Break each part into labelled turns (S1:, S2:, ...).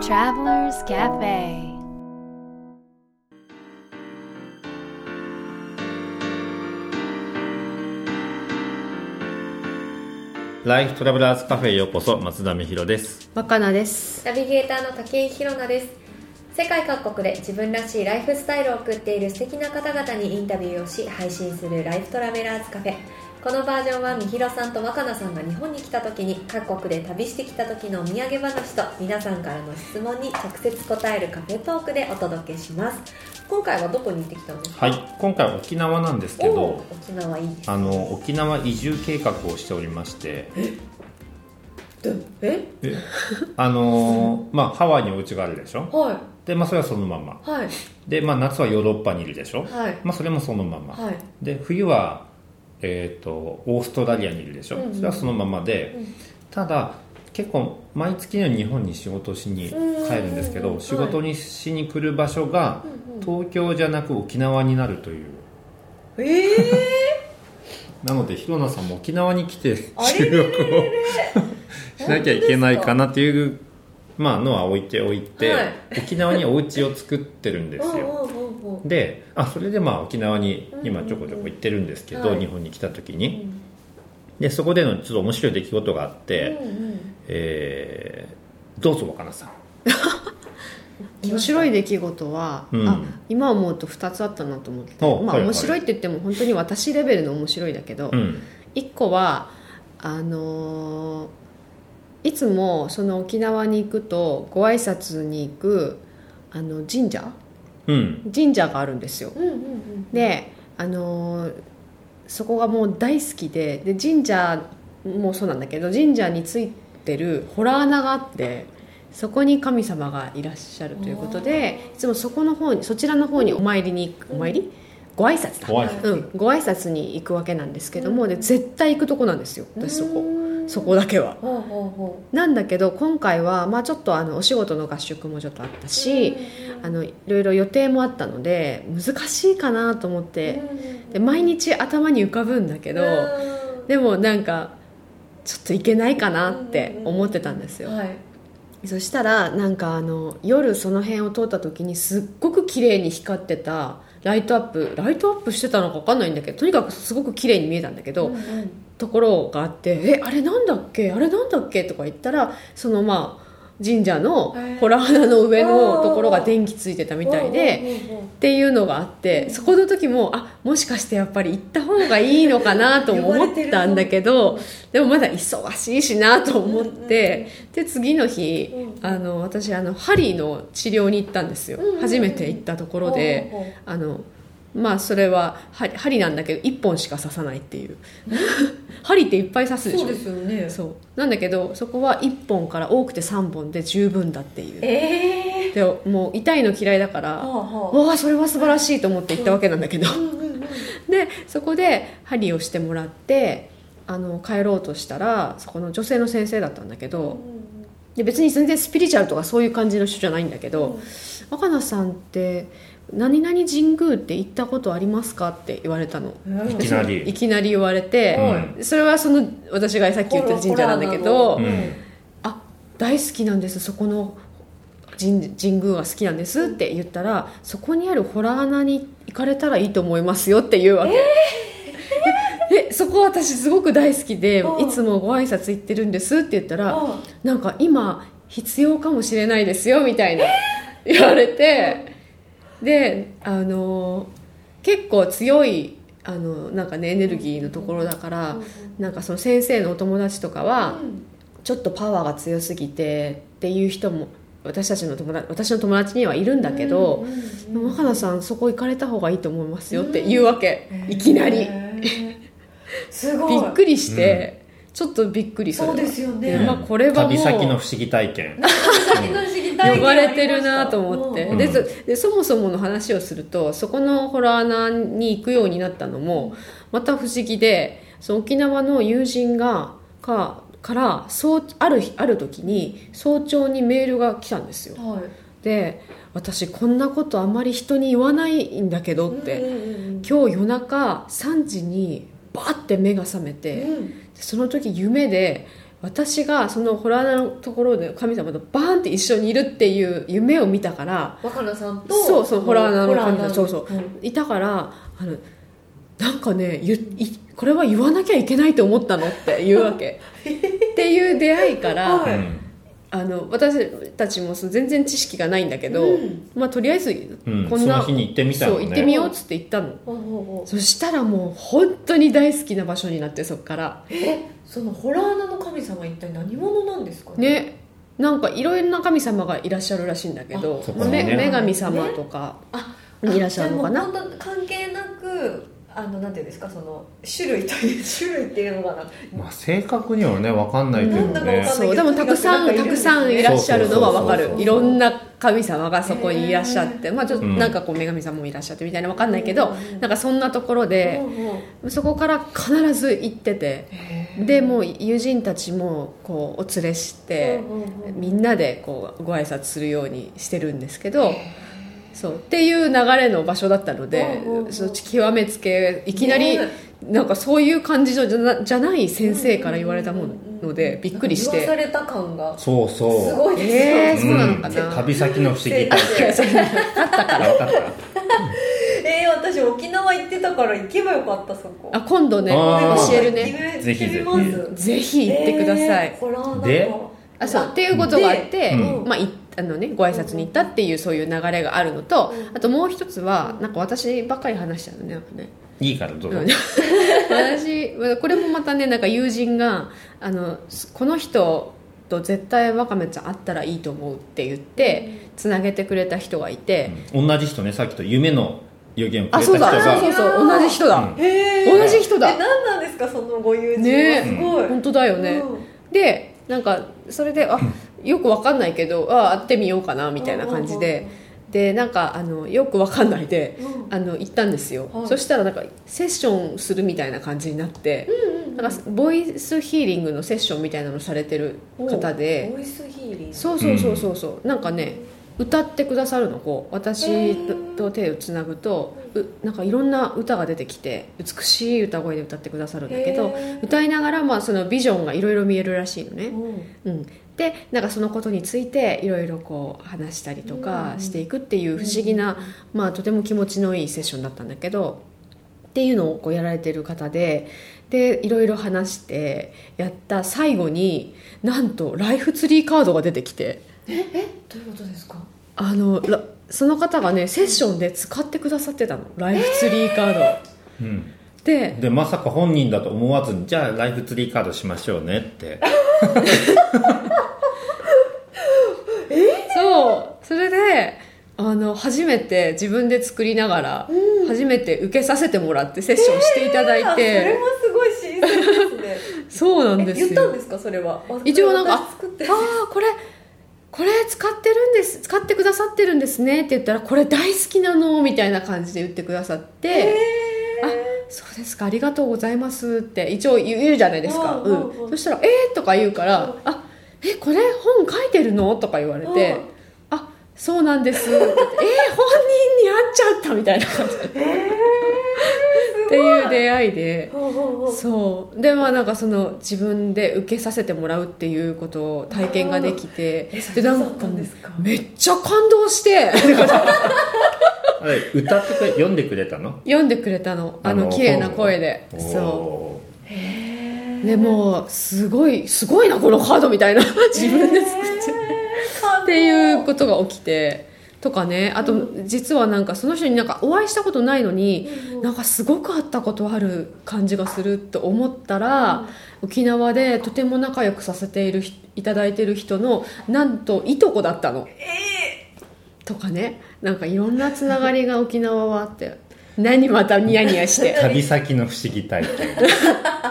S1: Travelers Cafe
S2: ライフトラベラーズカフェへようこそ松田美弘です
S3: 若菜です
S4: ナビゲーターの武井宏奈です世界各国で自分らしいライフスタイルを送っている素敵な方々にインタビューをし配信するライフトラベラーズカフェこのバージョンはみひろさんと若菜さんが日本に来た時に各国で旅してきた時のお土産話と皆さんからの質問に直接答えるカフェトークでお届けします今回はどこに行ってきたんですか
S2: はい今回は沖縄なんですけ
S4: おお
S2: ど
S4: ー沖縄いいです
S2: あの沖縄移住計画をしておりまして
S4: え
S2: あのーまあハワイにお家があるでしょ
S4: は
S2: でまあそれはそのまま
S4: いはい
S2: でまあ夏はヨーロッパにいるでしょ
S4: はい
S2: まあそれもそのまま
S4: はい
S2: で冬はえっ、とオーストラリアにいるでしょ、
S4: うんうん
S2: それはそのままで、
S4: うん
S2: ただ結構毎月のように日本に仕事しに帰るんですけ
S4: うんうん
S2: ど
S4: うん
S2: 仕事にしに来る場所が
S4: うんうん
S2: 東京じゃなく沖縄になるという
S4: ええ
S2: なのでひろなさんも沖縄に来て
S4: あれ
S2: 収
S4: れ
S2: 録を
S4: ー
S2: しなきゃいけないかなっていうまあのは置いておいて、
S4: はい
S2: 沖縄にお家を作ってるんですよ
S4: うんうんうんうん
S2: であそれでまあ沖縄に今ちょこちょこ行ってるんですけど、
S4: うんうんうんはい
S2: 日本に来た時に、でそこでのちょっと面白い出来事があって、
S4: うんうん
S2: えーどうぞ若菜さん
S3: 面白い出来事は、
S2: うん
S3: あ今思うと2つあったなと思って
S2: お
S3: ま
S2: はい
S3: あ
S2: はい
S3: 面白いって言っても本当に私レベルの面白いだけど、
S2: うん
S3: 1個はあのーいつもその沖縄に行くとご挨拶に行くあの神社
S2: うん
S3: 神社があるんですよ
S4: うんうんうん
S3: であのーそこがもう大好きでで神社もそうなんだけど神社についてる洞穴があってそこに神様がいらっしゃるということでいつもそこの方にそちらの方にお参りに行くお参りご挨拶だ
S2: 怖い
S3: うん、ご挨拶に行くわけなんですけども、で絶対行くとこなんですよ私そこ
S4: うん
S3: そこだけは
S4: ほうほうほ
S3: なんだけど今回は、まあ、ちょっとあのお仕事の合宿もちょっとあった
S4: う
S3: し、あのいろいろ予定もあったので難しいかなと思って、で毎日頭に浮かぶんだけど、でもなんかちょっといけないかなって思ってたんですよ、
S4: はい
S3: そしたらなんかあの夜その辺を通った時にすっごく綺麗に光ってたライトアップライトアップしてたのか分かんないんだけどとにかくすごく綺麗に見えたんだけど、ところがあって「えあれなんだっけあれなんだっけ?」とか言ったらそのまあ神社の
S4: へー
S3: ほら穴の上のところが電気ついてたみたいで。っていうのがあってそこの時もあもしかしてやっぱり行った方がいいのかなとも思ったんだけどでもまだ忙しいしなと思って、で次の日
S4: うん
S3: あの私あのハリーの治療に行ったんですよ、
S4: うんうんうん
S3: 初めて行ったところで、
S4: ほうほう
S3: あのまあそれは針針なんだけど1本しか刺さないっていう 針っていっぱい刺すでし
S4: そ
S3: ょ
S4: うですよね
S3: そうなんだけどそこは1本から多くて3本で十分だっていう
S4: ええ
S3: でもう痛いの嫌いだから
S4: ほうほう
S3: わあそれは素晴らしいと思って行ったわけなんだけど
S4: うんうんうん
S3: でそこで針をしてもらってあの帰ろうとしたらそこの女性の先生だったんだけどで別に全然スピリチュアルとかそういう感じの人じゃないんだけど「若菜さんって何々神宮って行ったことありますか?」って言われたの。
S4: うん
S2: いきなり
S3: いきなり言われて、それはその私がさっき言った神社なんだけど、
S4: ほらほらなの
S2: うん
S3: あ大好きなんですそこの神神宮が好きなんですって言ったらそこにあるホラー穴に行かれたらいいと思いますよって言うわけ、でそこ私すごく大好きで
S4: うん
S3: いつもご挨拶行ってるんですって言ったら
S4: あ
S3: なんか今必要かもしれないですよみたいな言われてであの結構強いあのなんかねエネルギーのところだからなんかその先生のお友達とかはちょっとパワーが強すぎてっていう人も私たちの友達私の友達にはいるんだけど「
S4: うん
S3: 若菜さんそこ行かれた方がいいと思いますよ」って言うわけ、いきなり、
S4: へえすご
S3: び
S4: い
S3: っくりして、ちょっとびっくりする
S4: そうですよね
S2: うん
S3: まあ、これはもう
S2: 旅先の不思議体験
S3: 呼ばれてるなと思って、
S2: うん
S3: でそでそもそもの話をするとそこのホラー穴に行くようになったのもまた不思議でその沖縄の友人がかからそうある日ある時に早朝にメールが来たんですよ
S4: はい
S3: で私こんなことあまり人に言わないんだけどって、
S4: うん
S3: 今日夜中3時にバーって目が覚めて、
S4: うん
S3: その時夢で私がそのホラーのところで神様とバーンって一緒にいるっていう夢を見たから
S4: 若菜さんと
S3: そうそうホラーなの
S4: ホラー
S3: 神様そうそういたからあのなんかねゆいこれは言わなきゃいけないと思ったのって言うわ けっていう出会いから、
S4: はい
S2: うん
S3: あの私たちもそう全然知識がないんだけど、
S4: うん
S3: まあとりあえず
S2: うん
S3: こん
S2: そ
S3: な、
S2: の日に行ってみたい
S3: そう行ってみ
S2: よ
S3: ようっつって行ったの
S4: ほうほうほう
S3: そしたらもう本当に大好きな場所になってそっから
S4: そのホラー穴の神様一体何者なんですかね
S3: ねなんかいろいろな神様がいらっしゃるらしいんだけど
S2: あ、そこに
S3: め
S2: ね
S3: 女神様とか
S4: あ
S3: いらっしゃるのかな、
S4: じゃあもう本当関係なくあのなんていうんですかその種類という 種類っていうのかな
S2: まあ正確にはね分かんないけど
S4: なんだか分かんな
S2: ね
S4: い
S3: そうでもたくさ
S4: なん
S3: ん
S4: かいる
S3: た
S4: ん
S3: く
S4: ですね
S3: さんいらっしゃるのはわ
S2: そ
S3: か
S2: うそうそう
S3: る
S2: そう
S3: いろんな神様がそこにいらっしゃって、まあちょっと
S2: うん
S3: なんかこう女神様もいらっしゃってみたいなわかんないけ
S4: う
S3: ど、
S4: んうん
S3: なんかそんなところで、
S4: ほうほう
S3: そこから必ず行っててでもう友人たちもこうお連れして、
S4: ほうほうほう
S3: みんなでこうご挨拶するようにしてるんですけど、そうっていう流れの場所だったので、
S4: うんうんうん
S3: そう極めつけいきなり、
S4: ね
S3: なんかそういう感じのじゃなじゃない先生から言われたものでびっくりし
S4: なんか
S3: て。
S4: 言わされた感がす
S2: そうそう
S4: ごいですよ、
S3: えー
S2: ん
S3: そうなのかな
S2: 旅先の不思 議体
S4: 先生
S2: 験分かった
S4: えー、私沖縄行ってたから行けばよかったそこ
S3: あ今度ね
S2: あー
S3: 教えるね
S2: ぜひぜひ
S3: ぜひ行ってください、
S4: ホラー
S2: で
S3: あそうっていうことがあって、
S2: うん
S3: まあ、いあのね、ご挨拶に行ったっていうそういう流れがあるのと、
S4: うん
S3: あともう一つはなんか私ばっかり話しちゃうのねなんかね
S2: いいからどうぞ
S3: うん私これもまたねなんか友人があのこの人と絶対わかめちゃん会ったらいいと思うって言ってつなげてくれた人がいて、
S2: 同じ人ねさっきと夢の予言をく
S3: あ
S2: れた
S3: そ
S2: 人
S3: うだ
S2: が
S3: そうそうそう同じ人だ、
S4: へー
S3: 同じ人だ
S4: え何なんですかそのご友人は、
S3: ねえ
S4: すごい、
S3: 本当だよね、
S4: うん
S3: でなんかそれであよくわかんないけどあ会ってみようかなみたいな感じででなんかあのよくわかんないで
S4: うん
S3: あの行ったんですよ、
S4: はい
S3: そしたらなんかセッションするみたいな感じになって、なんかボイスヒーリングのセッションみたいなのされてる方で
S4: ボイスヒーリング
S3: そうそうそうそうそうなんかね歌ってくださるのこう
S4: へ
S3: 私
S4: ー
S3: と手をつなぐとうなんかいろんな歌が出てきて美しい歌声で歌ってくださるんだけど
S4: へー
S3: 歌いながら、まあ、そのビジョンがいろいろ見えるらしいのね、うん、でなんかそのことについていろいろこう話したりとか
S4: うん
S3: していくっていう不思議な、まあ、とても気持ちのいいセッションだったんだけどっていうのをこうやられてる方ででいろいろ話してやった最後になんとライフツリーカードが出てきて
S4: どういうことですか
S3: あのらその方がねセッションで使ってくださってたのライフツリーカードを。
S2: うん
S3: で
S2: でまさか本人だと思わずにじゃあライフツリーカードしましょうねって
S3: そうそれであの初めて自分で作りながら、初めて受けさせてもらってセッションしていただい
S4: あそ
S3: て、
S4: れもすごい新鮮ですね
S3: そうなん
S4: え
S3: ですよ
S4: 言ったんですかそれは
S3: 一応なんか
S4: 私作って
S3: ああこれこれ使ってるんです使ってくださってるんですねって言ったらこれ大好きなのみたいな感じで言ってくださって、そうですかありがとうございますって一応言う言うじゃないです
S4: う
S3: か、
S4: んうんうん
S3: そしたら「えー」とか言うから「
S4: うん
S3: あえこれ本書いてるの?」とか言われて
S4: うん
S3: 「あそうなんです」って言って「えー、本人に会っちゃった」みたい な感じっていう出会いで
S4: ほうほうほう
S3: そうでまあなんかその自分で受けさせてもらうっていうことを体験ができて
S4: えそ
S3: で
S4: れ
S3: なん
S4: そう
S3: か
S4: なんですか
S3: めっちゃ感動して
S2: あれ歌ってくれ読んでくれたの
S3: 読んでくれたのあの綺麗な声でそう。
S2: そ
S3: でもうすごいすごいなこのカードみたいな自分で作って、
S4: 感動
S3: っていうことが起きてとかねあと、実はなんかその人になんかお会いしたことないのに、なんかすごく会ったことある感じがすると思ったら、沖縄でとても仲良くさせている人いただいてる人のなんといとこだったの。とかねなんかいろんなつながりが沖縄はあって何またニヤニヤし て、
S2: 旅先の不思議体験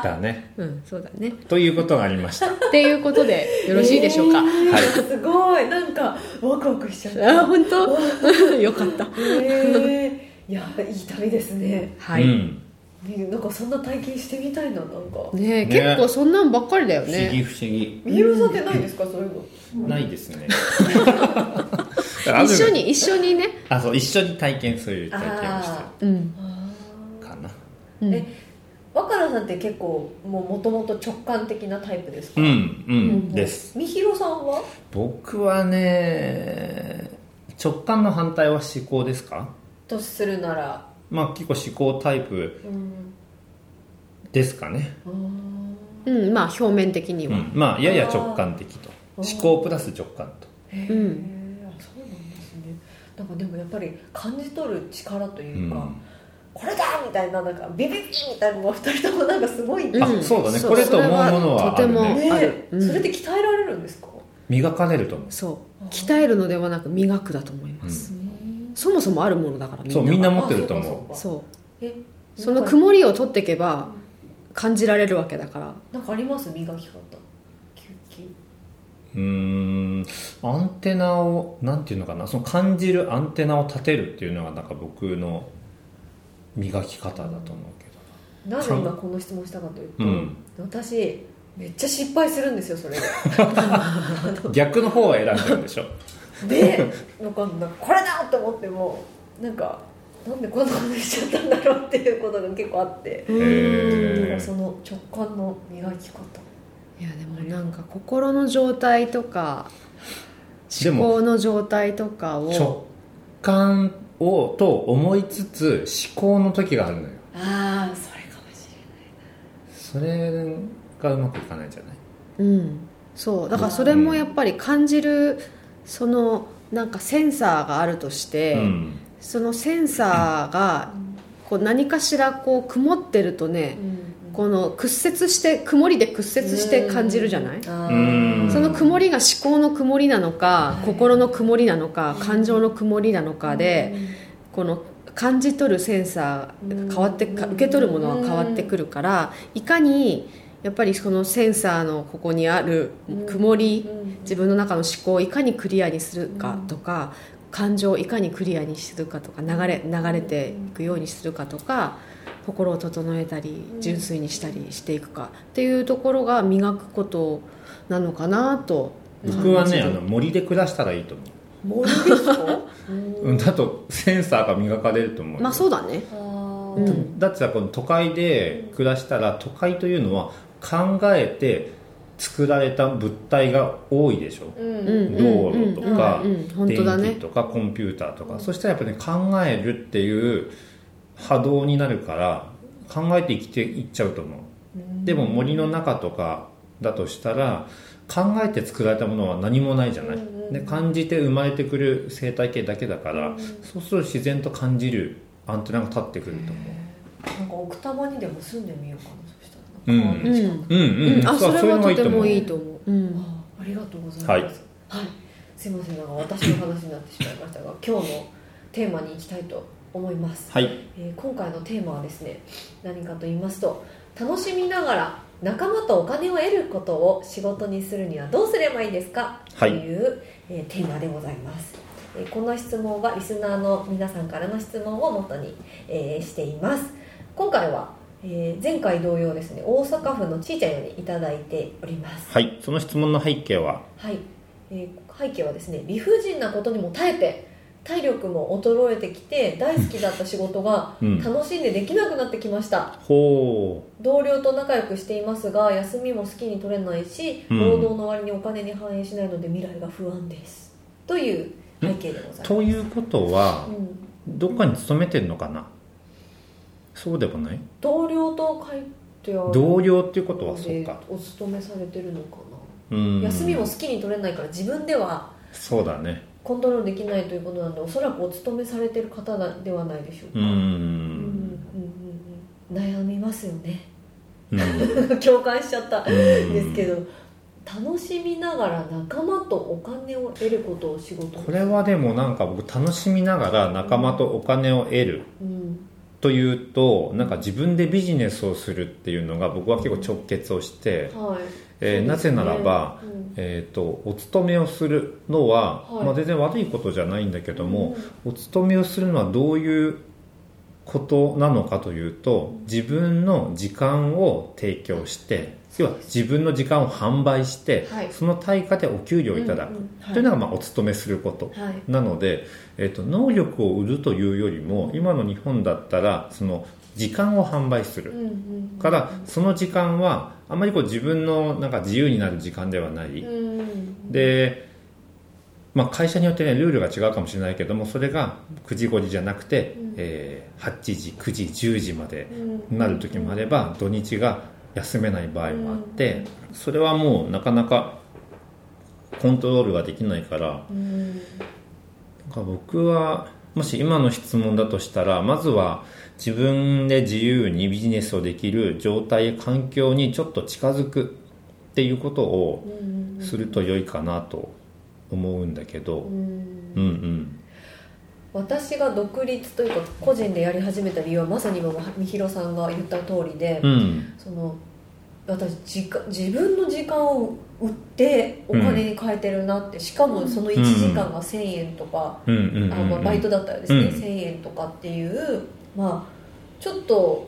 S2: だ ね
S3: うん、そうだね
S2: ということがありました
S3: っていうことでよろしいでしょうか、
S4: えー
S2: はい
S4: すごいなんかワクワクしちゃった
S3: あ本当よかった
S4: えーいやいい旅ですね
S3: はい、
S2: うん、
S4: ねなんかそんな体験してみたいななんか
S3: ねえ
S2: ね
S3: 結構そんなんばっかりだよ
S2: 不思議
S3: ね
S2: 不思議
S4: 三浦さんってないですかそういうの
S2: ないです ね
S3: 一緒に一緒にね
S2: あそう一緒に体験そういう体験をし
S4: あ
S3: うん
S2: たかな
S3: うん
S4: え若菜さんって結構もともと直感的なタイプですか
S2: うんう
S3: うん
S2: んです
S4: みひろさんは
S2: 僕はね直感の反対は思考ですか
S4: とするなら
S2: まあ結構思考タイプ
S4: うん
S2: ですかね、
S4: あー
S3: うんまあ表面的に
S2: う
S3: は
S2: ん、まあやや直感的と
S4: あー
S2: 思考プラス直感と
S4: へえ、あそうなんですねなんかでもやっぱり感じ取る力というか、これだみたいななんかビビビみたいなのが2人ともなんかすごいね
S3: うん
S2: あそうだね
S3: そう
S2: これと思うものはある
S3: それはとても
S2: ね
S4: ね
S3: あるうん
S4: それって鍛えられるんですか、
S2: 磨かれると思
S3: そう鍛えるのではなく磨くだと思います、そもそもあるものだからみん
S2: う
S3: な
S2: そうみんな
S3: が
S2: 持ってると思
S4: うう
S3: そう
S4: え
S3: その曇りを取っていけば感じられるわけだから
S4: なんかあります磨き方休憩
S2: ううーんアンテナをなんていうのかなその感じるアンテナを立てるっていうのがなんか僕の磨き方だと思うけど
S4: なぜ今この質問したかというと、
S2: うん
S4: 私めっちゃ失敗するんですよそれ で
S2: 逆の方は選んでるんでしょ
S4: でなんかなんかこれだと思ってもなんかなんでこんなことしちゃったんだろうっていうことが結構あって
S3: へ
S2: へ
S4: なんか
S2: ー
S4: その直感の磨き方
S3: いやでもなんか心の状態とか
S2: で
S3: 思
S2: も
S3: 考の状態とかを
S2: 直感をと思いつつ思考の時があるのよ
S4: ああそれかもし
S2: それがうまくいかないんじゃない
S3: うんそうだからそれもやっぱり感じるそのなんかセンサーがあるとして、
S2: うん
S3: そのセンサーがこう何かしらこう曇ってるとね
S4: れない、
S3: この屈折して曇りで屈折して感じるじゃない
S2: うん
S3: その曇りが思考の曇りなのか
S4: はい
S3: 心の曇りなのか感情の曇りなのかで
S4: うん
S3: この感じ取るセンサーが変わってか
S4: うん
S3: 受け取るものは変わってくるからいかにやっぱりそのセンサーのここにある
S4: うん
S3: 曇り
S4: うん
S3: 自分の中の思考をいかにクリアにするかとか感情をいかにクリアにするかとか流れ流れていくようにするかとか心を整えたり
S4: うん
S3: 純粋にしたりしていくかっていうところが磨くことなのかなと
S2: 僕はねあ
S3: 感じ
S2: の
S3: る
S2: 森で暮らしたらいいと思
S4: 森ですか
S2: う、うん、だとセンサーが磨かれると思うよ
S3: まあそうだね
S4: あー
S3: うん
S2: だってさこの都会で暮らしたら都会というのは考えて作られた物体が多いでしょ
S4: うん
S3: うん
S2: 道路とか
S3: うんうんうん本当だ
S2: 電
S3: ね
S2: 気とかコンピューターとか、そしたらやっぱり、ね、考えるっていう波動になるから考えて生きていっちゃうと思う、でも森の中とかだとしたら考えて作られたものは何もないじゃない、
S4: うんうん
S2: で感じて生まれてくる生態系だけだから、そうすると自然と感じるアンテナが立ってくると思う
S4: なんか奥多摩にでも住んでみようかなそした
S2: う
S4: ら
S2: ん
S4: なんか川の近く
S3: うん
S2: うんうん、
S3: うんあそれはとても
S4: い
S3: い
S4: い
S3: い
S4: と
S3: と思ううん
S4: あありがとうございます。
S2: はい
S4: はいすいません、なんか私の話になってしまいましたが、今日のテーマに行きたいと思います。
S2: はい
S4: えー今回のテーマはですね、何かと言いますと、楽しみながら仲間とお金を得ることを仕事にするにはどうすればいいですか、
S2: はい
S4: という、えーテーマでございます。えーこの質問はリスナーの皆さんからの質問をもとに、えーしています。今回は、えー前回同様ですね、大阪府のちいちゃんよりいただいております。
S2: はいその質問の背景は
S4: はい、えー背景はですね理不尽なことにも耐えて体力も衰えてきて大好きだった仕事が
S2: うん
S4: 楽しんでできなくなってきました
S2: ほ
S4: 同僚と仲良くしていますが休みも好きに取れないし
S2: うん
S4: 労働の割にお金に反映しないので未来が不安ですという背景でござ
S2: う
S4: いま
S2: ということは
S4: す、うん、
S2: どっかに勤めてんのかなそうでもない
S4: 同僚と書いてある
S2: 同僚っていうことは
S4: の
S2: そう
S4: で
S2: か
S4: お勤めされてるのかな
S2: うん
S4: 休みも好きに取れないから自分では
S2: そうだね
S4: コントロールできないということなんでおそらくお勤めされてる方ではないでしょうか、
S2: うん
S4: うんうんうんうん悩みますよね
S2: うん
S4: 共感しちゃったん
S2: うん
S4: ですけど楽しみながら仲間とお金を得ることを仕事に
S2: これはでもなんか僕楽しみながら仲間とお金を得る
S4: うん
S2: というとなんか自分でビジネスをするっていうのが僕は結構直結をして、
S4: はい
S2: えー
S4: そう
S2: な
S4: です
S2: ぜ
S4: ね
S2: ならば、
S4: うん
S2: えー、とお勤めをするのは、
S4: はい
S2: まあ、全然悪いことじゃないんだけども、
S4: うん
S2: お勤めをするのはどういうことなのかというと自分の時間を提供して要は自分の時間を販売して、
S3: はい
S2: その対価でお給料をいただく、
S3: うんうんはい
S2: というのがまあお勤めすること、
S3: はい
S2: なので、えっと能力を売るというよりも今の日本だったらその時間を販売する、
S3: うんうん
S2: からその時間はあまりこう自分のなんか自由になる時間ではない、
S3: うん
S2: で、まあ、会社によってねルールが違うかもしれないけどもそれが9時5時じゃなくて、
S3: うん
S2: えー8時9時10時まで
S3: うん
S2: なる時もあれば土日が休めない場合もあってそれはもうなかなかコントロールができないから
S3: うん
S2: なんか僕はもし今の質問だとしたらまずは自分で自由にビジネスをできる状態環境にちょっと近づくっていうことを
S3: うん
S2: すると良いかなと思うんだけ
S3: う
S2: ど、
S3: ん
S2: うんうん、
S4: 私が独立というか個人でやり始めた理由はまさに今もみひろさんが言った通りで、
S2: うん、
S4: その私時間自分の時間を売ってお金に変えてるなって、しかもその1時間が1000円とか、
S2: うん、うん、うん、
S4: あまあ、バイトだったらですね、
S2: うん
S4: 1000円とかっていうまあちょっと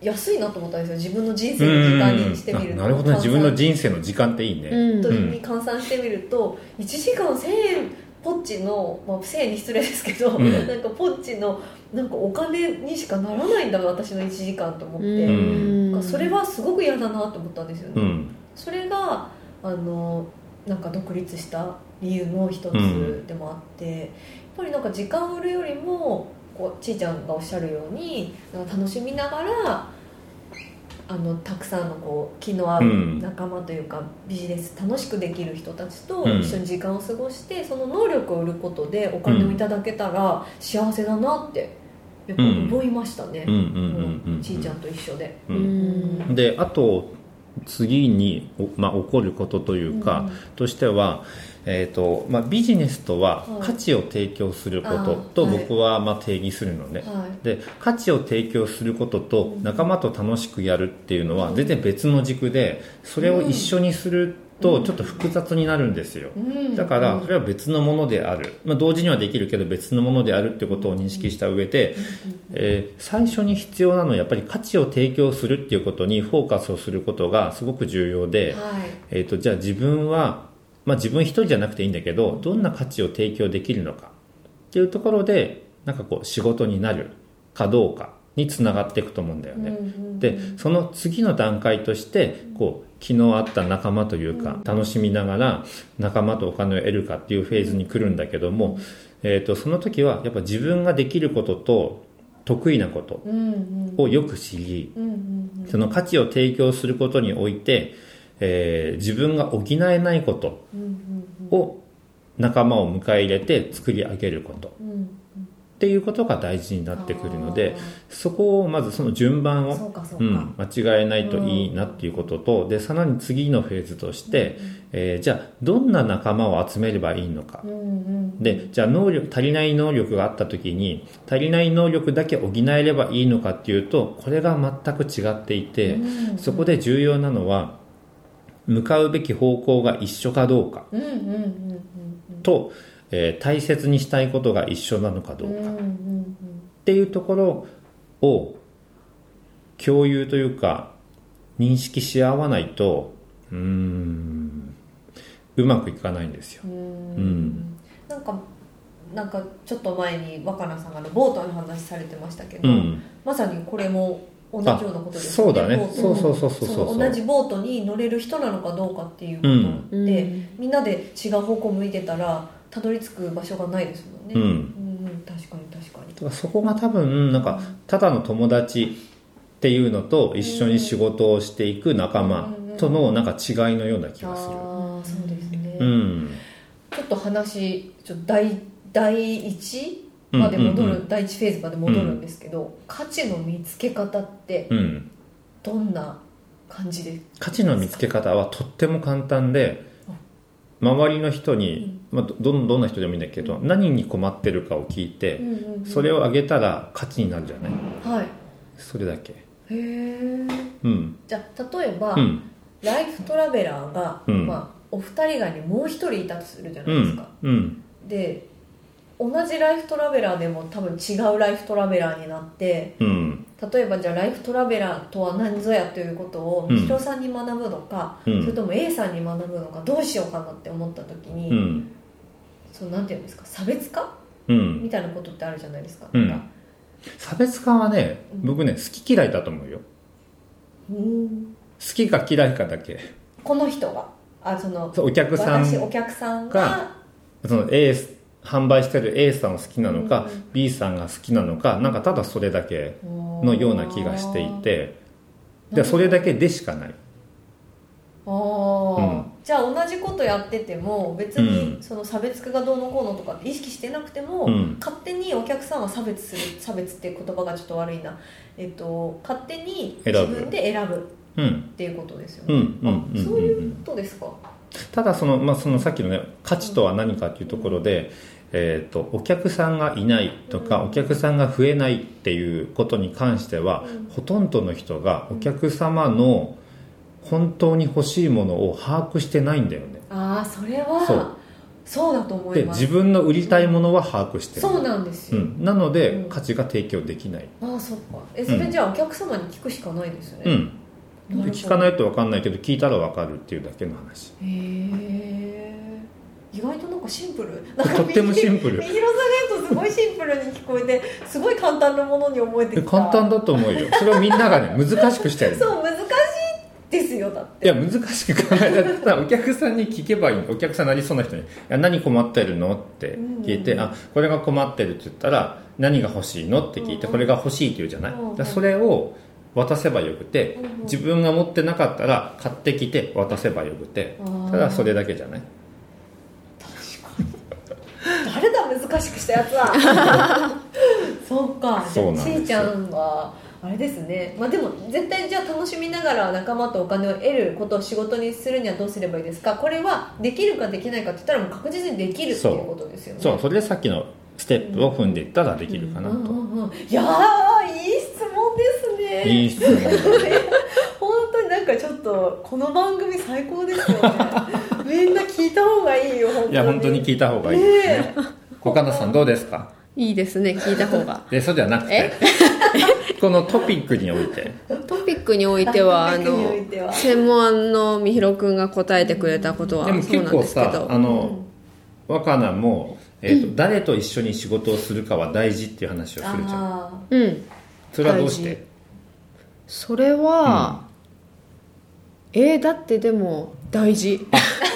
S4: 安いなと思ったんですよ自分の人生の時間にしてみ
S2: う
S4: ると、
S2: んうんうんあなるほどね、自分の
S4: 換
S2: 人生の時間っていいね。
S3: うん
S4: 算に換算してみると1時間1000円ポッチの、まあ、1000円に失礼ですけど、
S2: うん
S4: なんかポッチのなんかお金にしかならないんだ私の1時間と思って、
S2: ん
S4: なんかそれはすごく嫌だなと思ったんですよね、
S2: うん、
S4: それがあのなんか独立した理由の一
S2: うん
S4: つでもあって、やっぱりなんか時間を売るよりもこうちーちゃんがおっしゃるようになんか楽しみながらあのたくさんのこう気の合
S2: う
S4: うん仲間というか、ビジネス楽しくできる人たちと
S2: うん
S4: 一緒に時間を過ごして、その能力を売ることでお金をいただけたら幸せだなってやっぱ思いましたね、
S2: うん、うん、うん、う、
S4: うんんちーちゃんと一緒で。
S2: う。
S3: うんん
S2: で、あと次におまあ起こることというか、
S4: うん
S2: としては。えーとまあ、ビジネスとは
S4: はい
S2: 価値を提供するこ
S4: あ
S2: と
S4: ー
S2: と
S4: はい
S2: 僕はまあ定義するのね、
S4: はい
S2: で価値を提供することと仲間と楽しくやるっていうのは全然別の軸でそれを一緒にするとちょっと複雑になるんですよ
S4: うん
S2: だからそれは別のものである、まあ、同時にはできるけど別のものであるってことを認識した上で、えー最初に必要なのはやっぱり価値を提供するっていうことにフォーカスをすることがすごく重要で、
S4: はい
S2: えー、とじゃあ自分は、まあ、自分一人じゃなくていいんだけどどんな価値を提供できるのかっていうところでなんかこう仕事になるかどうかにつながっていくと思うんだよね。でその次の段階としてこう昨日あった仲間というか楽しみながら仲間とお金を得るかっていうフェーズに来るんだけども、えー、とその時はやっぱ自分ができることと得意なこと
S4: うんうん
S2: をよく知り
S4: うんうん
S2: その価値を提供することにおいて、えー自分が補えないことを仲間を迎え入れて作り上げること
S4: うんうん
S2: っていうことが大事になってくるのでそこをまずその順番を
S4: そうかそう
S2: う
S4: か、
S2: ん、間違えないといいなっていうことと、でさらに次のフェーズとして、えーじゃあどんな仲間を集めればいいのか
S4: う、んうん
S2: でじゃあ能力足りない能力があった時に足りない能力だけ補えればいいのかっていうとこれが全く違っていて、
S4: うん
S2: そこで重要なのは向かうべき方向が一緒かどうか
S4: うんうんうん
S2: と、えー大切にしたいことが一緒なのかど
S4: う
S2: うん
S4: うん
S2: か、
S4: うん
S2: っ
S4: うん
S2: ていうところを共有というか認識し合わないとうーんうまくいかないんですよ。
S4: うん
S2: うん
S4: なんかなんかちょっと前に若菜さんがあのボートの話されてましたけど、
S2: うん、
S4: まさにこれも同じようなことです
S2: そうだね
S4: ボート
S2: そうそうそうそうそう
S4: その同じボートに乗れる人なのかどうかっていうこと
S2: う
S4: で、
S3: うん
S4: みんなで違う方向向いてたらたどり着く場所がないですもんね、
S2: うん
S4: うんうん確かに確かに
S2: だからそこが多分なんかただの友達っていうのと一緒に仕事をしていく仲間とのなんか違いのような気がする。
S4: ああそうですね、
S2: うん
S4: ちょっと話ちょっと第第一まで戻る、
S2: うんうんう
S4: 第一フェーズまで戻るんですけど、価値の見つけ方って
S2: うん、
S4: どんな感じで
S2: 価値の見つけ方はとっても簡単で周りの人に、まあ、どどんどんな人でもいいんだけど何に困ってるかを聞いてそれ
S4: を
S2: をあげたら価値になるじゃない
S4: はい
S2: それだけ
S4: へえ
S2: うん
S4: じゃあ例えば、
S2: うん
S4: ライフトラベラーが、
S2: うん
S4: まあ、お二人以外にもう一人いたとするじゃな
S2: う
S4: いです
S2: ん
S4: か、
S2: うん
S4: で同同じライフトラベラーでも多分違うライフトラベラーになって
S2: うん
S4: 例えばじゃあライフトラベラーとは何ぞやということを
S2: うん
S4: ヒロさんに学ぶのか、
S2: うん
S4: それとも A さんに学ぶのかどうしようかなって思った時に、
S2: うん
S4: そのなんていうんですか差別化
S2: うん
S4: みたいなことってあるじゃないですか,、
S2: うん
S4: なんか
S2: 差別化はね
S4: うん
S2: 僕ね好き嫌いだと思うよ
S4: うん
S2: 好きか嫌いかだけ
S4: この人があその
S2: そうお客さん
S4: 私お客さんが
S2: がその A 販売してる A さんを好きなのか、
S4: うん
S2: B さんが好きなのかなんかただそれだけのような気がしていて
S4: なるほど
S2: でそれだけでしかない
S4: あー、
S2: うん
S4: じゃあ同じことやってても別に
S2: うん
S4: その差別化がどうのこうのとか意識してなくても、
S2: うん
S4: 勝手にお客さんは差別する差別っていう言葉がちょっと悪いな、えっと、勝手に
S2: 選ぶ
S4: 自分で選ぶっ
S2: うん
S4: ていうことですよ
S2: うん
S4: ね、
S2: うんうん
S4: あそう
S2: うん
S4: いううんことですか、
S2: ただその,、まあ、そのさっきのね価値とは何かっていうところで、えー、とお客さんがいないとか、
S4: うん
S2: お客さんが増えないっていうことに関しては、
S4: うん
S2: ほとんどの人がお客様の本当に欲しいものを把握してないんだよね
S4: ああそれはそ
S2: そうう
S4: だと思い
S2: で
S4: ま
S2: 自
S4: す
S2: 分の売りたいものは把握してる
S4: そうなんです
S2: う
S4: よ、
S2: ん、なの
S4: う
S2: で
S4: ん
S2: 価値が提供できない、
S4: ああそっかえそれじゃあお客様に聞くしかないですよ
S2: う
S4: ね、
S2: ん、
S4: なるほど
S2: 聞かないと分かんないけど聞いたら分かるっていうだけの話
S4: へえ意外となんかシンプルなんか
S2: とってもシンプ
S4: み
S2: ル
S4: ひろさんが言うとすごいシンプルに聞こえてすごい簡単なものに思えてきた
S2: 簡単だと思うよそれをみんながね難しくしてる
S4: そう難しいですよだっ
S2: い
S4: て
S2: や難しく考えたらお客さんに聞けばいいお客さんなりそうな人にいや「何困ってるの?」って聞いて「
S4: うん
S2: あこれが困ってる」って言ったら「何が欲しいの?」って聞いて「
S4: うん
S2: これが欲しい」って言うじゃない、
S4: うん
S2: だからそれを渡せばよくて
S4: うん
S2: 自分が持ってなかったら買ってきて渡せばよくてただそれだけじゃない
S4: 誰だ難しくしたやつは そっか
S2: そうなんですよ
S4: ちいちゃんはあれですねまあでも絶対じゃあ楽しみながら仲間とお金を得ることを仕事にするにはどうすればいいですかこれはできるかできないかって言ったらもう確実にできるっていうことですよね
S2: そうそれでさっきのステップを踏んでいったらできるかなと、
S4: うんうんうん、いやーいい質問ですね
S2: いい質問だね
S4: 本当になんかちょっとこの番組最高です よねみんな聞いた方がいいよ本当に
S2: いや本当に聞いた方がいいですね岡田さんどうですか
S3: いいですね聞いた方が
S2: でそうじゃなく てこのトピックにおいて
S3: トピックにおいてはあ
S4: ランキングに
S3: の
S4: おいては
S3: 専門のみひろくんが答えてくれたことは
S2: でも
S3: そう
S2: 結
S3: なん
S2: 構
S3: ですけ
S2: さあ
S3: ど
S2: の若菜も、えーと誰と一緒に仕事をするかは大事っていう話をするじゃん
S4: あ
S3: うん
S2: それはどうして
S3: それは、えーだってでも大事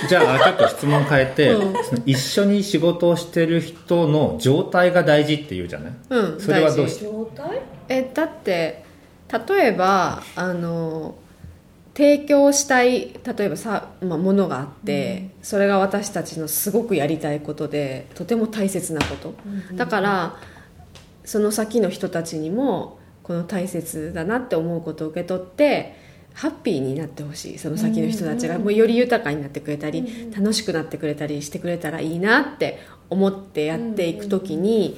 S2: じゃあちょっと質問変えて、
S3: う
S2: その一緒に仕事をしてる人の状態が大事っていうじゃない
S3: うん
S2: それは
S3: 大事
S2: どう
S4: ー
S2: して
S4: 状態
S3: えだって例えばあの提供したい例えばさ、まあ、ものがあって、それが私たちのすごくやりたいことでとても大切なこと、だからその先の人たちにもこの大切だなって思うことを受け取ってハッピーになってほしいその先の人たちが
S4: うん
S3: もうより豊かになってくれたり、
S4: うん
S3: 楽しくなってくれたりしてくれたらいいなって思ってやっていく時に、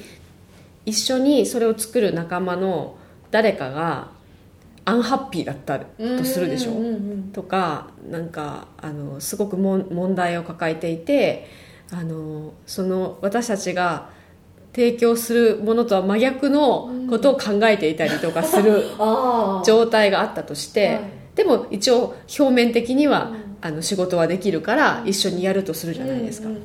S3: 一緒にそれを作る仲間の誰かがアンハッピーだったとするでしょ、
S4: うんうんうん
S3: とかなんかあのすごくもん問題を抱えていてあのその私たちが提供するものとは真逆のことを考えていたりとかする
S4: ああ
S3: 状態があったとして、
S4: はい
S3: でも一応表面的には、
S4: うん
S3: あの仕事はできるから一緒にやるとするじゃないですか。
S4: うんうん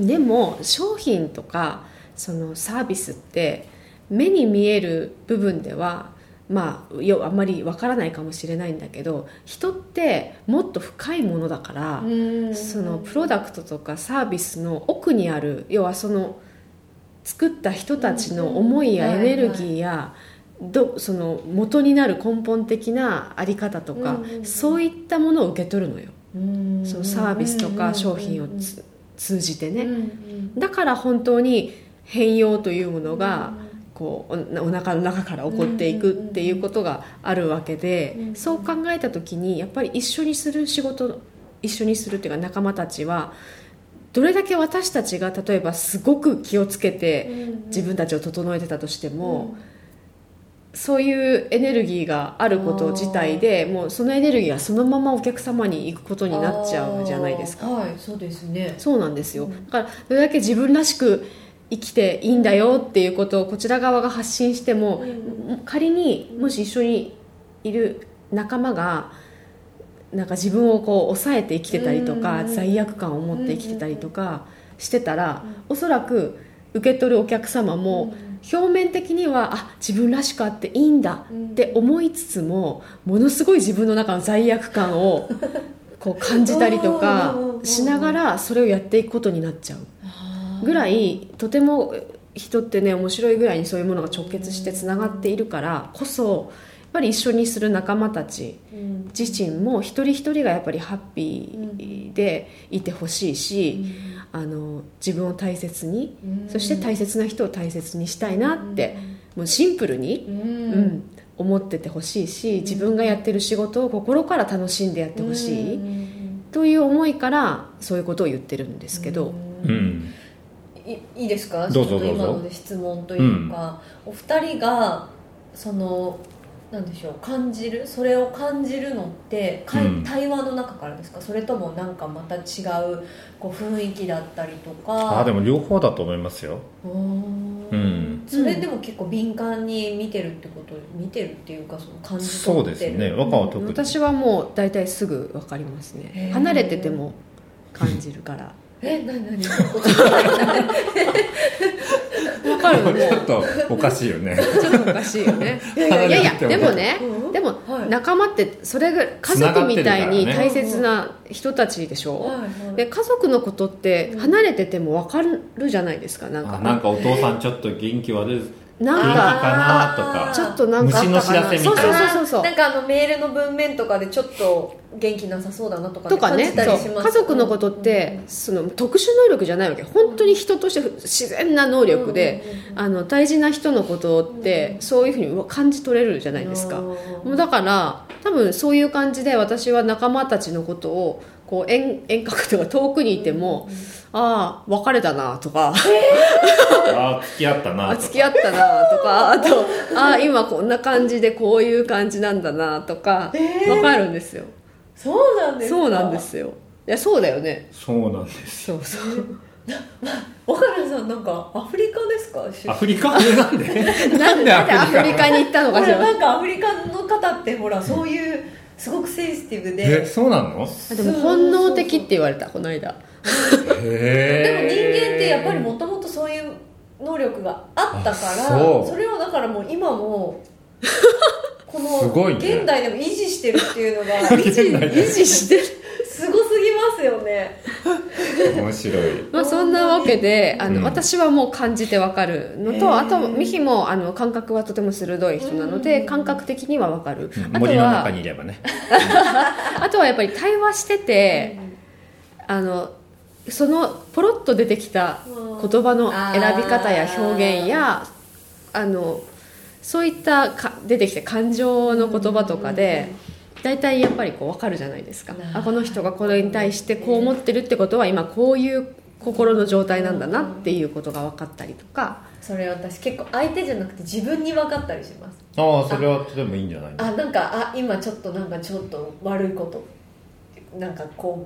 S4: うん
S3: でも商品とかそのサービスって目に見える部分ではまあよあんまりわからないかもしれないんだけど人ってもっと深いものだから、
S4: うん
S3: そのプロダクトとかサービスの奥にある要はその作った人たちの思いや
S4: うん
S3: エネルギーや、どその元になる根本的なあり方とか、
S4: うん
S3: そういったものを受け取るのよ、
S4: うん
S3: そのサービスとか商品をつ通じてね。
S4: うんうん
S3: だから本当に変容というものがこうおお腹の中から起こっていくっていうことがあるわけで
S4: うんうん
S3: そう考えた時にやっぱり一緒にする仕事一緒にするっていうか仲間たちはどれだけ私たちが例えばすごく気をつけ
S4: うん
S3: て
S4: うん
S3: 自分たちを整えてたとしてもそういうエネルギーがあること自体でもうそのエネルギーがそのままお客様に行くことになっちゃうじゃないですか。
S4: あーはいそうですね
S3: そうなんですよ、
S4: うん
S3: だからどれだけ自分らしく生きていいんだよっていうことをこちら側が発信しても、
S4: うん
S3: 仮にもし一緒にいる仲間がなんか自分をこう抑えて生きてたりとか、
S4: うん
S3: 罪悪感を持って生きてたりとかしてたら、おそらく受け取るお客様も、表面的にはあ自分らしくあっていいんだ
S4: うん
S3: って思いつつもものすごい自分の中の罪悪感をこう感じたりとか
S4: うんうんうんうん
S3: しながらそれをやっていくことになっちゃうぐらいとても人ってね面白いぐらいにそういうものが直結してつながっているからこそやっぱり一緒にする仲間たち
S4: うん
S3: 自身も一人一人がやっぱりハッピーでいてほしいし、あの自分を大切に
S4: うん
S3: そして大切な人を大切にしたいなってもうシンプルに
S4: うん
S3: うん、思っててほしいし自分がやってる仕事を心から楽しんでやってほしい、
S4: うん
S3: という思いからそういうことを言ってるんですけど、
S2: うん
S4: いいいですか
S2: どうぞどうぞ
S4: ちょっと今ので質問というか、お二人がそのなんでしょう感じるそれを感じるのって会
S2: うん
S4: 対話の中からですか、それともなんかまた違うこう雰囲気だったりとか
S2: あでも両方だと思いますよ
S4: うーん
S2: うん
S4: それでも結構敏感に見てるってこと見てるっていうかその感じ
S2: そ
S4: 取
S2: う
S4: って
S2: ですね
S4: る
S2: 和歌は特に、
S3: 私はもう大体すぐ分かります
S4: へ
S3: ね
S4: ー
S3: 離れてても感じ るから
S4: え何何
S3: 分かるもう
S2: ちょっ
S3: ち
S2: とおかしいよね
S3: ょっとおかしいよね いやいやいやい
S2: 離
S3: や
S2: れても
S3: でもね
S4: うん
S3: でも
S4: はい
S3: 仲間ってそれぐらい家族みたいに大切な人たちでしょ、
S4: はい
S3: で家族のことって離れてても分かるじゃないですかなん
S2: あ
S3: か
S2: なんかお父さんちょっと元気悪い
S3: なん
S2: 元気かな
S3: か
S2: と
S4: あー
S2: か
S3: ちょっとなんかあったかな
S2: 虫の知らせみたい
S3: そう
S2: な
S3: そうそうそう
S4: なんかあのメールの文面とかでちょっと元気なさそうだなとか,、
S3: とかね
S4: 感じたりし
S3: そう
S4: ます
S3: 家族のことって、その特殊能力じゃないわけ本当に人として自然な能力で、あの大事な人のことってそういうふうにうわ感じ取れるじゃないですか、
S4: うん
S3: も
S4: う
S3: うんだから多分そういう感じで私は仲間たちのことをこう遠遠隔とか遠くにいても、ああ別れたなとか
S2: あー付き合ったな
S3: あ
S2: とか
S3: 付き合ったなと かあとあ今こんな感じでこういう感じなんだなとか、
S4: えー
S3: 分かるんですよ
S4: そうなんですか
S3: そうなんですよいやそうだよね
S2: そうなんです
S3: そうそう
S4: 岡田さんなんかアフリカですか出
S2: ア
S4: 身
S2: フリカなんでなんで
S3: なんで
S2: ア
S3: ア
S2: フ
S3: フ
S2: リ
S3: リ
S2: カ
S3: カに行ったの
S4: ほ
S3: からしら
S4: なんかアフリカの方ってほらそういうすごくセンシティブ
S2: え
S4: で
S2: そうなの
S3: あでも本能的って言われたこ の間
S4: でも人間っ
S2: へ
S4: てやっぱりもともとそういう能力があったから
S2: あそう
S4: れをだからもう今 もこの
S2: すごいね
S4: 現代でも維持してるっていうの が
S3: 維持維持してる
S4: すごすぎますよね
S2: 面白い
S3: まあそんなわけであの、
S2: うん
S3: 私はもう感じてわかるのと、
S4: へー
S3: あとミヒもあの感覚はとても鋭い人なので、感覚的にはわかる、あと
S2: 森の中
S3: は
S2: にいればね
S3: あとはやっぱり対話してて、あのそのポロッと出てきた言葉の選び方や表現やあのそういったか出てきた感情の言葉とかで大体やっぱりこう分かるじゃないですか
S4: なるほ
S3: あ
S4: ど
S3: この人がこれに対してこう思ってるってことは今こういう心の状態なんだなっていうことが分かったりとか
S4: それ私結構相手じゃなくて自分に分かったりします
S2: ああそれはとてもいいんじゃ ないの
S4: あなんかあ今ちょっとなんかちょっと悪いことなんかこ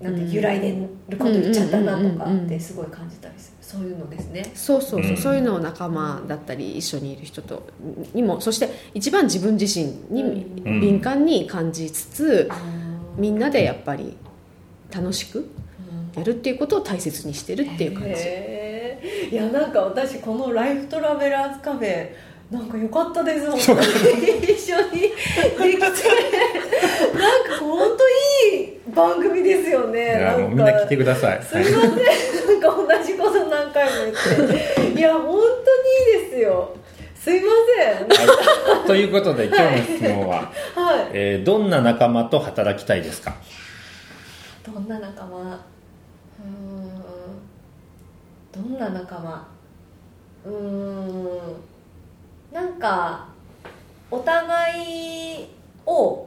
S4: うなんて
S3: うん
S4: 揺らいでること言っちゃったなとか
S3: うんうんうんうん
S4: ってすごい感じたりするそういうのですね
S3: そうそうそう、
S2: うん
S3: そういうのを仲間だったり一緒にいる人とにもそして一番自分自身に
S2: うん
S3: 敏感に感じつつ、みんなでやっぱり楽しくやるっていうことを大切にしてるっていう感じ、
S4: へーいやなんか私この「ライフトラベラーズカフェ」なんか良かったです本当に一緒にできてなんか本当いい番組ですよね
S2: いや
S4: か
S2: もうみんな来てください
S4: すいませんなんか同じこと何回も言っていや本当にいいですよすいませ
S2: はいということで今日の質問 は、
S4: んはい
S2: えーどんな仲間と働きたいですか
S4: どんな仲間うーんどんな仲間うーんなんかお互いを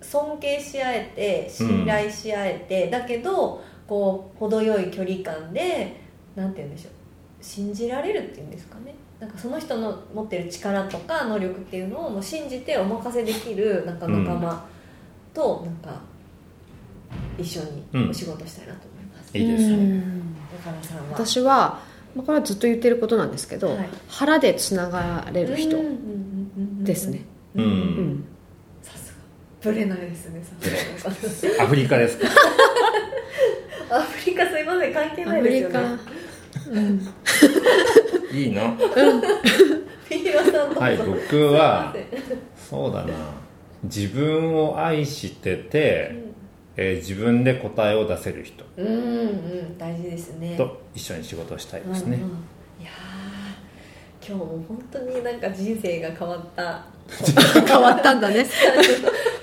S4: 尊敬し合えて信頼し合えて、だけどこう程よい距離感でなんて言うんでしょう信じられるっていうんですかねなんかその人の持ってる力とか能力っていうのをもう信じてお任せできるなんか仲間となんか一緒にお仕事したいなと思います、
S2: いいですね
S3: うん
S4: 岡田さんは
S3: 私はまあ、これはずっと言ってることなんですけど、
S4: はい
S3: 腹でつながれる人
S4: うんうんうんうんうん
S3: ですね、
S2: うん
S3: うん
S4: さすがブレないですねさす
S2: アフリカですか
S4: が アフリカすいません関係
S3: ア
S4: ない
S3: フ
S4: です
S3: リ
S4: よ
S3: カ、
S4: ね
S3: うん、
S2: いいの
S4: ピーロさんの
S2: はい僕はそうだな自分を愛して
S4: う
S2: て、
S4: ん
S2: えー自分で答えを出せる人
S4: うんうん大事ですね
S2: と一緒に仕事をしたいです
S4: うん
S2: ね
S4: うんいやー今日も本当になんか人生が変わ った
S3: 変わったんだね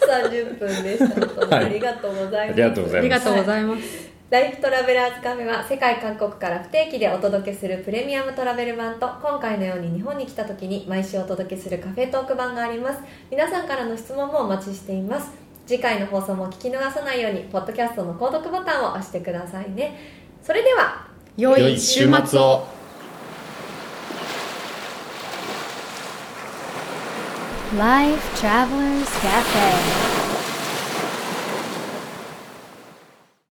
S4: 30分でした本当に
S2: はい
S4: ありがとうございます、
S2: ありがとうござ
S3: あ
S2: い
S3: り
S2: ま
S3: が
S2: す
S3: とうございます
S4: ライフトラベラーズカフェは世界各国から不定期でお届けするプレミアムトラベル版と今回のように日本に来た時に毎週お届けするカフェトーク版があります皆さんからの質問もお待ちしています次回の放送も聞き逃さないようにポッドキャストの購読ボタンを押してくださいねそれでは
S3: 良
S2: 良
S3: い
S2: い
S3: 週
S2: 週
S3: 末
S2: 末
S3: を
S2: を
S1: Life Travelers Cafe.